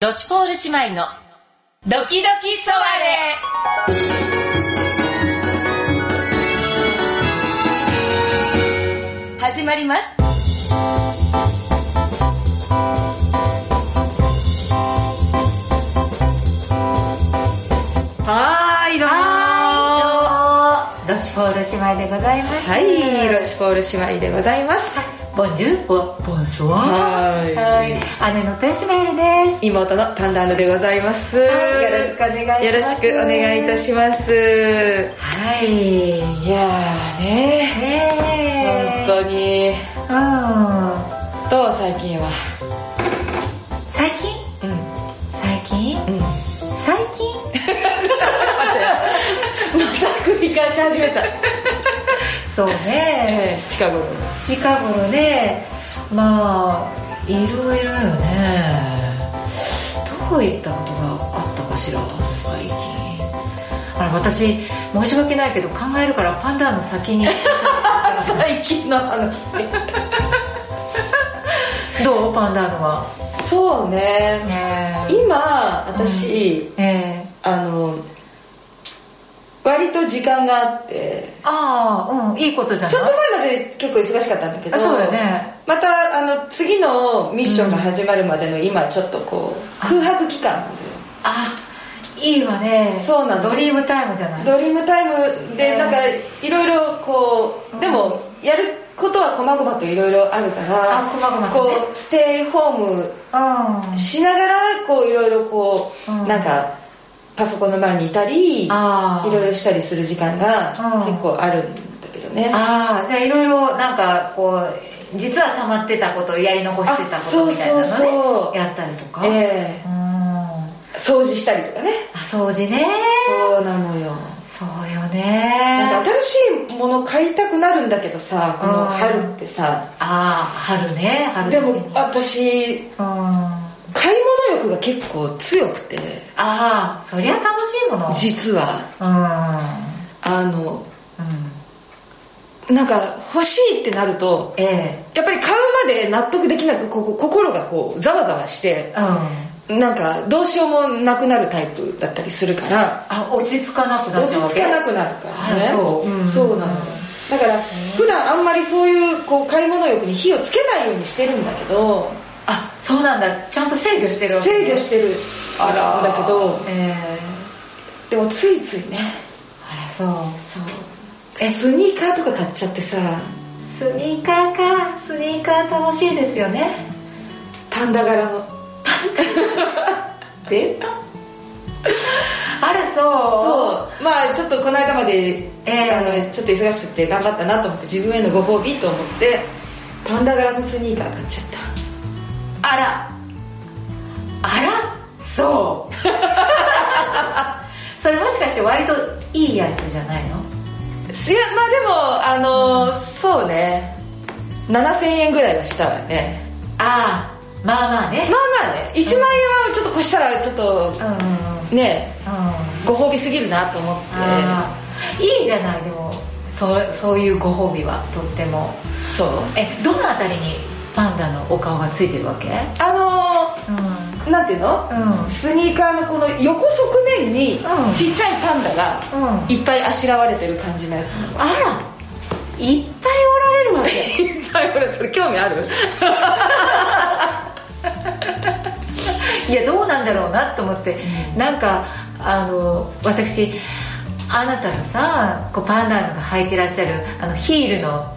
ロシュポール姉妹のドキドキソワレ始まります。はーい、どうもはい、ロシュポール姉妹でございます。はい、ロシュポール姉妹でございます。ボンジュール、ボン、ボンソワ。ははい、姉のトヨシメールでい。妹のパンダーヌでございます。す。はい、よろしくお願いします。よろしくお願いいたします。ます。はい。いやーねねえ。本当に、うん。どう最近は。最近うん、最近うん。ま最近た繰り返し始めた。そう ね。 ええ近頃の。近頃で、まあ、いろいろよね。どういったことがあったかしら、最近。あら、私、申し訳ないけど考えるからパンダの先 に。最近の話。どうパンダーノは。そうね。ね今、私、え。ええ。あの、割と時間があって、ああ、うん、いいことじゃないちょっと前まで結構忙しかったんだけど、あそうよね。またあの次のミッションが始まるまでの今ちょっとこう空白期間なんだよあ、いいわね。そうなのドリームタイムじゃない。ドリームタイムうでんなんかいろいろこううんでもやることは細々といろいろあるかあら、こまごまとねこうステイホームうん。しながらこういろいろこううんなんかパソコンの前にいたりいああ。ろいろしたりする時間がうん結構あるんだけどねああ、じゃあいろいろなんかこう、実は溜まってたこと、やり残してたことみたいなのあね。そうそうそうやったりとか。ええうん。あ、掃除したりとかね掃除ね。そうなのよそうよなんね。か新しいもの買いたくなるんだけどさこの春ってさああ、春ね、春で的にも私うん。あ買い物欲が結構強くてあ、そりゃ楽しいもの。実はうあのん。うん。なんか欲しいってなるとええ。やっぱり買うまで納得できなくここ心がこうざわざわしてうん。なんかどうしようもなくなるタイプだったりするからあ落ち着かなくな落っちゃうわち着けかなくなるからねあらそううんそうなのよだから普段あんまりそういうこう買い物欲に火をつけないようにしてるんだけどあそうなんだちゃんと制御してるわけね制御してるあらだけどえでもついついねー、あらそうそうえスニーカーとか買っちゃってさスニーカーかスニーカー楽しいですよねパンダ柄 の出たあらそうそうまあちょっとこの間まで、ええあのちょっと忙しくて頑張ったなと思って自分へのご褒美と思ってパンダ柄のスニーカー買っちゃったあらあらそう それもしかして割といいやつじゃないのいやまあでもあのそうね7000円ぐらいはしたわねああまあまあまね、あまあね1万円はちょっと越したらちょっとうんうんうんうんねあご褒美すぎるなと思ってーいいじゃないでもそうそういうご褒美はとってもそうえどのあたりにパンダのお顔がついてるわけあうんうんのー、なんていうの、スニーカーのこの横側面にうんちっちゃいパンダがうんいっぱいあしらわれてる感じのやつあらいっぱいおられるわけいっぱい俺それ興味あるいやどうなんだろうなと思って、なんかあの私あなたのさこうパンダーヌが履いてらっしゃるあのヒールの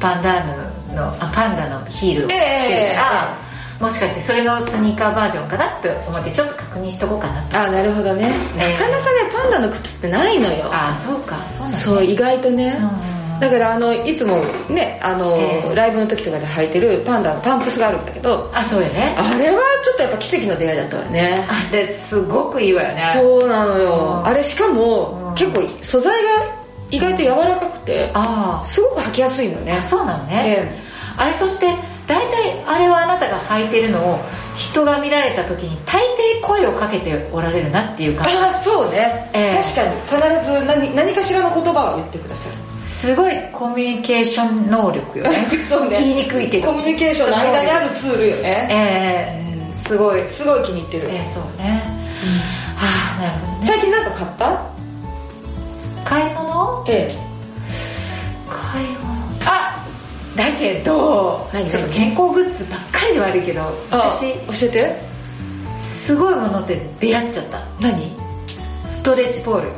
パンダーヌのあパンダのヒールを着てええるから、もしかしてそれのスニーカーバージョンかなって思ってちょっと確認しとこうかなとあなるほどねねなかなかねパンダの靴ってないのよあそうかそうそう意外とね、なんだうんだからあのいつもねあの、ええライブの時とかで履いてるパンダのパンプスがあるんだけどあそうよねあれはちょっとやっぱ奇跡の出会いだったわねあれすごくいいわよねそうなのうんよあれしかも、うん結構素材が意外と柔らかくてあすごく履きやすいのよあねそうなのね、えあれそして大体あれはあなたが履いてるのを人が見られた時に大抵声をかけておられるなっていう感ああそうね、ええ確かに必ず何何かしらの言葉を言ってくださいじすごいコミュニケーション能力よね そうね言いにくいけどコミュニケーションの間にあるツールよねええすごいすごい気に入ってる、ええそうねああなるほどね最近なんか買った買い物ええ買い物あだけど何ちょっと健康グッズばっかりで悪いけど私私教えてすごいものって出会っちゃった何ストレッチポールよ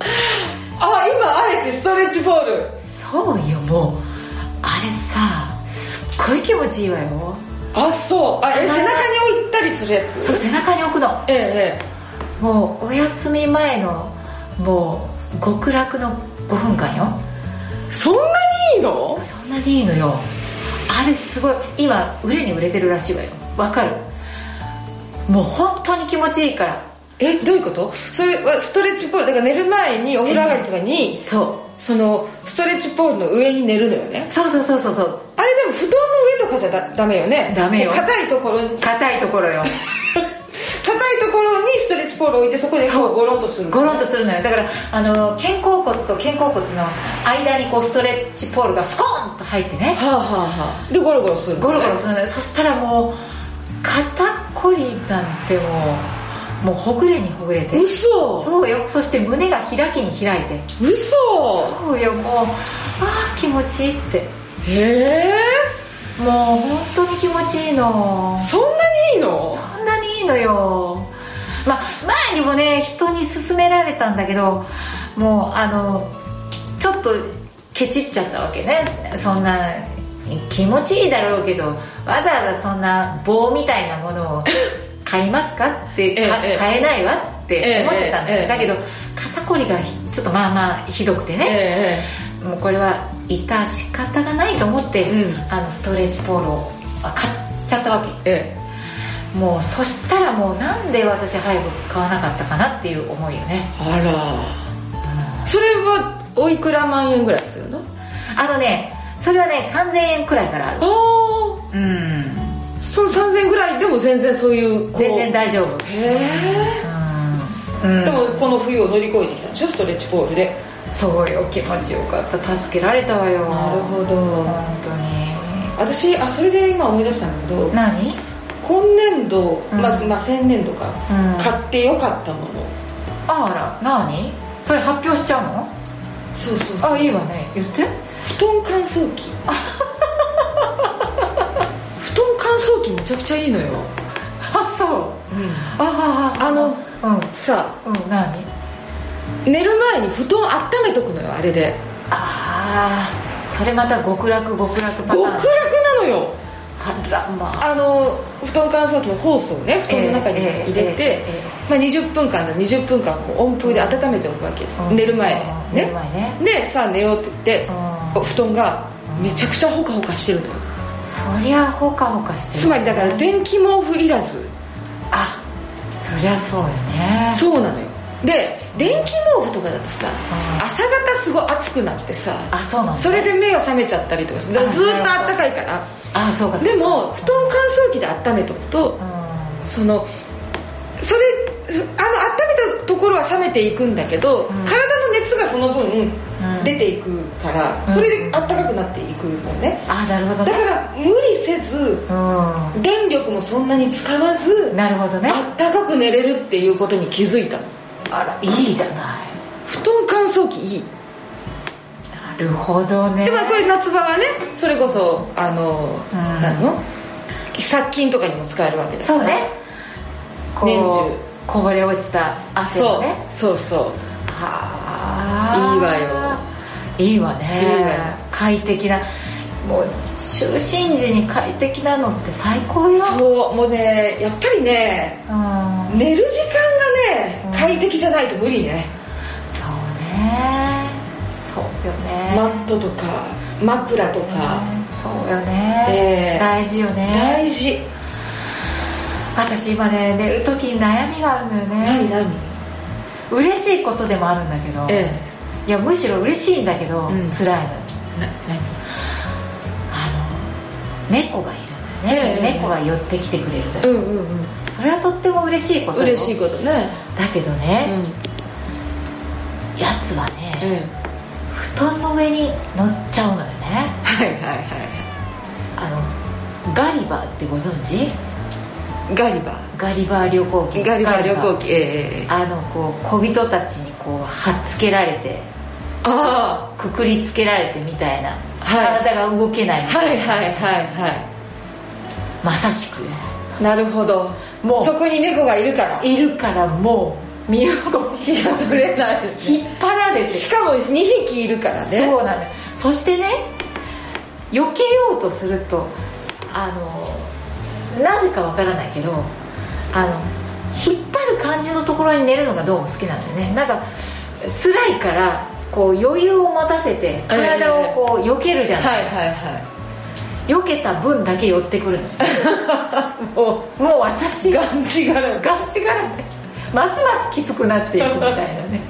あ今あえてストレッチボールそうよもうあれさすっごい気持ちいいわよあそうあえ背は中いに置いたりするやつそう背中に置くのええもうお休み前のもう極楽の5分間よええそんなにいいのそんなにいいのよあれすごい今売れに売れてるらしいわよわかるもう本当に気持ちいいからえどういうことそれはストレッチボールだから寝る前にお風呂上がりとかにそそのストレッチボールの上に寝るのよねうそうそうそうそうそうあれでも布団の上とかじゃだダメよねダメよもう硬いところに硬いところよ硬いところにストレッチポールを置いてそこでこそううゴロンとするゴロンとするのよだからあの肩甲骨と肩甲骨の間にこうストレッチポールがスコーンと入ってねはあはあはあでゴロゴロするのねゴロゴロするのよそしたらもう肩こりなんてもうもうほぐれにほぐれて嘘そうよそして胸が開きに開いて嘘そうよもうああ気持ちいいってへえもう本当に気持ちいいのそんなにいいのそんなにいいのよまあ前にもね人に勧められたんだけどもうあのちょっとケチっちゃったわけねそんな気持ちいいだろうけどわざわざそんな棒みたいな ものを買いますかってええかええ買えないわって思ってたんええだえよえだけど肩こりがひちょっとまあまあひどくてねえもうこれは致し方がないと思って、うんあのストレッチポールをあ買っちゃったわけええもうそしたらもうなんで私早く買わなかったかなっていう思いよね、あらそれはおいくら万円ぐらいするのあのねそれはね3000円くらいからあるあうんあその3000円ぐらいでも全然そういうこう全然大丈夫へうん、うえん、でもこの冬を乗り越えてきたんでしょストレッチボールでそうよ気持ちよかった助けられたわよど本当に私あそれで今思い出したんだけど何、今年度、うんまあまあ、先年度か、うん、買ってよかったものあら何それ発表しちゃうそうそうのああいいわね言って布団乾燥機布団乾燥機めちゃくちゃいいのよ、あそうあああのうんさうん何寝る前に布団温めとくのよあれでああそれまた極楽極楽パターン極楽なのよあらまああの布団乾燥機のホースをね布団の中に入れて、ええまあ、20分間だ20分間こう温風で温めておくわけ、ええ寝る前うん寝るね前ねでさあ寝ようって言ってう、んこう布団がめちゃくちゃホカホカしてるのよそりゃほかほかしてるつまりだから電気毛布いらずあそりゃそうよねそうなのよで電気毛布とかだとさん朝方すごい暑くなってさあそうなのそれで目が覚めちゃったりとかするあずーっと暖かいからあそうかそうかでも布団乾燥機で温めとくとうそのそれあの温めたところは冷めていくんだけど、うん体の熱がその分んうん出ていくから、うんそれで暖かくなっていくのね、あなるほどだかねら無理せずう電力もそんなに使わんずなるほどねあったかく寝れるっていうことに気づいたのあらいいじゃない布団乾燥機いいなるほどねでもこれ夏場はねそれこそあの、うんなんの殺菌とかにも使えるわけだそうねこう年中こぼれ落ちた汗そをうねそうそうはあいいわよいいわねいいわよ快適なもう就寝時に快適なのって最高よそうもうねやっぱりねうん寝る時間がうんね快適じゃないと無理ね、そうねそうよねマットとか枕とか、ねそうよえね、ー大事よね大事私今ね寝る時に悩みがあるのよ何ね何嬉しいことでもあるんだけど、えいやむしろ嬉しいんだけど、うん辛いのよえな何あの猫がいるのよえね、え猫が寄ってきてくれるとうんうんそれはとっても嬉しいこうんとよ嬉しいことねだけどうね、んやつはね、ええ布団の上に乗っちゃうのよねはいはいはいあのガリバーってご存知ガリバガリバー旅行記ーガリバー旅行記記ええあのこう小人たちにこうはっつけられてあくくりつけられてみたいな、はい体が動けないあみたはいいな、はいはいはまさしくいなるほどもうそこに猫がいるからいるからもう身動きがが取れない引っ張られてしかも2匹いるからねそうなのよそしてね避けようとするとあのなぜかわからないけどあの引っ張る感じのところに寝るのがどうも好きなんだよねなんか辛いからこう余裕を持たせて体をこう避けるじゃない、はいはいは避けた分だけ寄ってくるのよいももう私うががんじがらガチガラでますますきつくなっていくみた いなね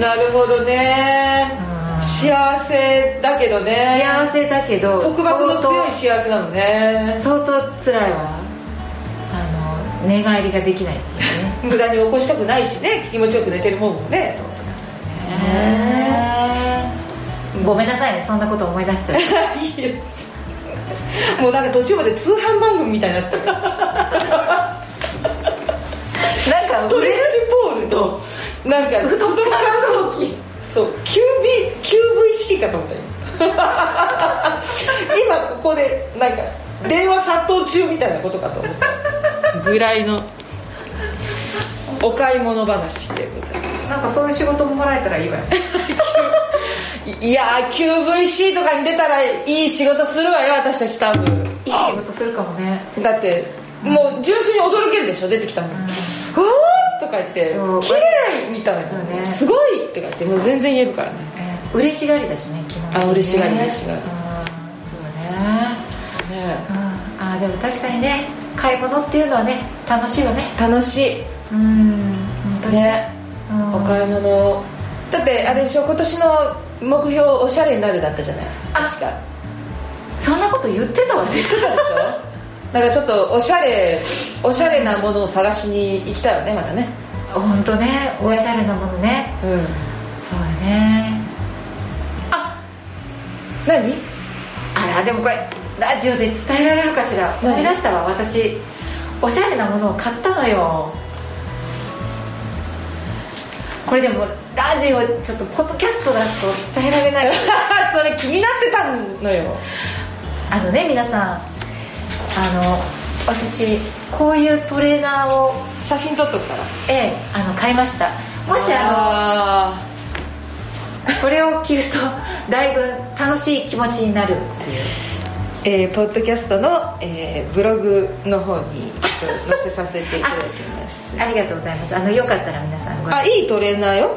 なるほどね幸せだけどね幸せだけど束縛の強い幸せなのね相当辛いわあの寝返りができないっていうね無駄に起こしたくないしね気持ちよく寝てるもんもねごめんなさいねそんなこと思い出しちゃう いいよもうなんか途中まで通販番組みたいになってる なんスかトレッチポールとなんか太もも乾燥機そう QV QVC かと思ったよ 今ここでなんか電話殺到中みたいなことかと思ったぐらいのお買い物話でございます なんかそういう仕事ももらえたらいいわよいやー QVC とかに出たらいい仕事するわよ私たち多分 いい仕事するかもねだってもう純粋に驚けるでしょ出てきたのに「うわ、ー!」とか言ってそう「綺麗みたいそうな、ねすごい!」とか言ってもう全然言えるからね嬉しがりだしね基本的にねあ嬉しがり嬉しがりうんそうねねうんあーでも確かにね買い物っていうのはね楽しいよね楽しうん本当いにねうんお買い物だってあれでしょ今年の目標おしゃれになるだったじゃないあ確かそんなこと言ってた わね言ってたでしょだからちょっとおしゃれおしゃれなものを探しに行きたいよねまたね本当ねおしゃれなものねうんそうだねあ何 あらでもこれラジオで伝えられるかしら何思い出したわ私おしゃれなものを買ったのよこれでもラジオちょっとポッドキャストだと伝えられ ないそれ気になってたのよあのね皆さんあの私こういうトレーナーを、写真撮っとくからええあの買いましたももししあのあのこれを着るとだいぶ楽しい気持ちになるっていうえーポッドキャストの、えーブログの方にちょっと載せさせていただきますありがとうございますあのよかったら皆さんごあいいトレーナーよ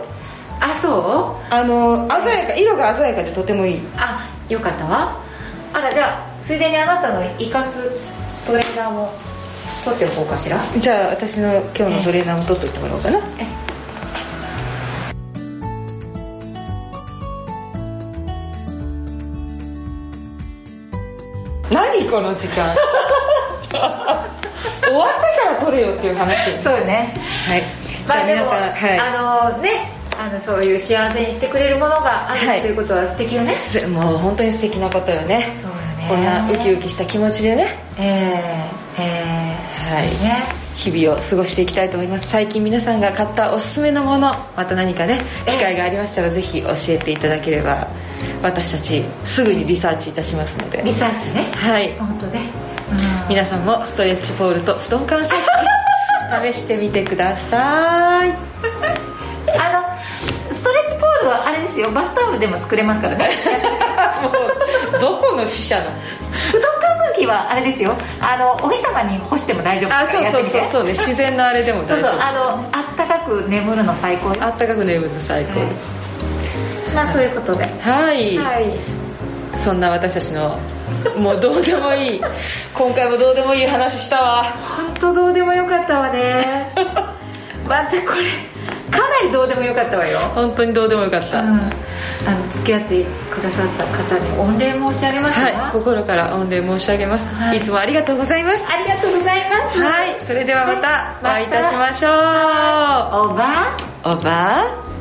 あそうあの鮮やか色が鮮やかでとてもいいあよかったわあらじゃあついでにあなたの生かすトレーナーも取っておこうかしらじゃあ私の今日のトレーナーも取っといてもらおうかな何この時間終わってから取れよっていう話よねそうねはいじゃあ皆さん、はい、あのねあのそういう幸せにしてくれるものがある、はいということは素敵よねすもう本当に素敵なことよね、そうよねこんなウキウキした気持ちでねええええはいね日々を過ごしていきたいと思います最近皆さんが買ったおすすめのものまた何かねええ機会がありましたらぜひ教えていただければ私たちすぐにリサーチいたしますのでリサーチねはい本当ね、うん皆さんもストレッチポールと布団 乾燥機試してみてくださいあのストレッチポールはあれですよバスタオルでも作れますからねもうどこの死者の布団乾燥機はあれですよあのお日様に干しても大丈夫あそうそうそうそうそうね自然のあれでもそう大そう丈あ夫のあったかく眠るの最高あったかく眠るの最高まあそういうことではい、はいそんな私たちのもうどうでもいい今回もどうでもいい話したわ本当どうでもよかったわねまたこれかなりどうでもよかったわよ本当にどうでもよかっうんた、あの付き合ってくださった方に御礼申し上げますわはい心から御礼申し上げます、はいい、つもありがとうございますありがとうございますはいそれではまたおは会いいいたしましょう、おばおばあ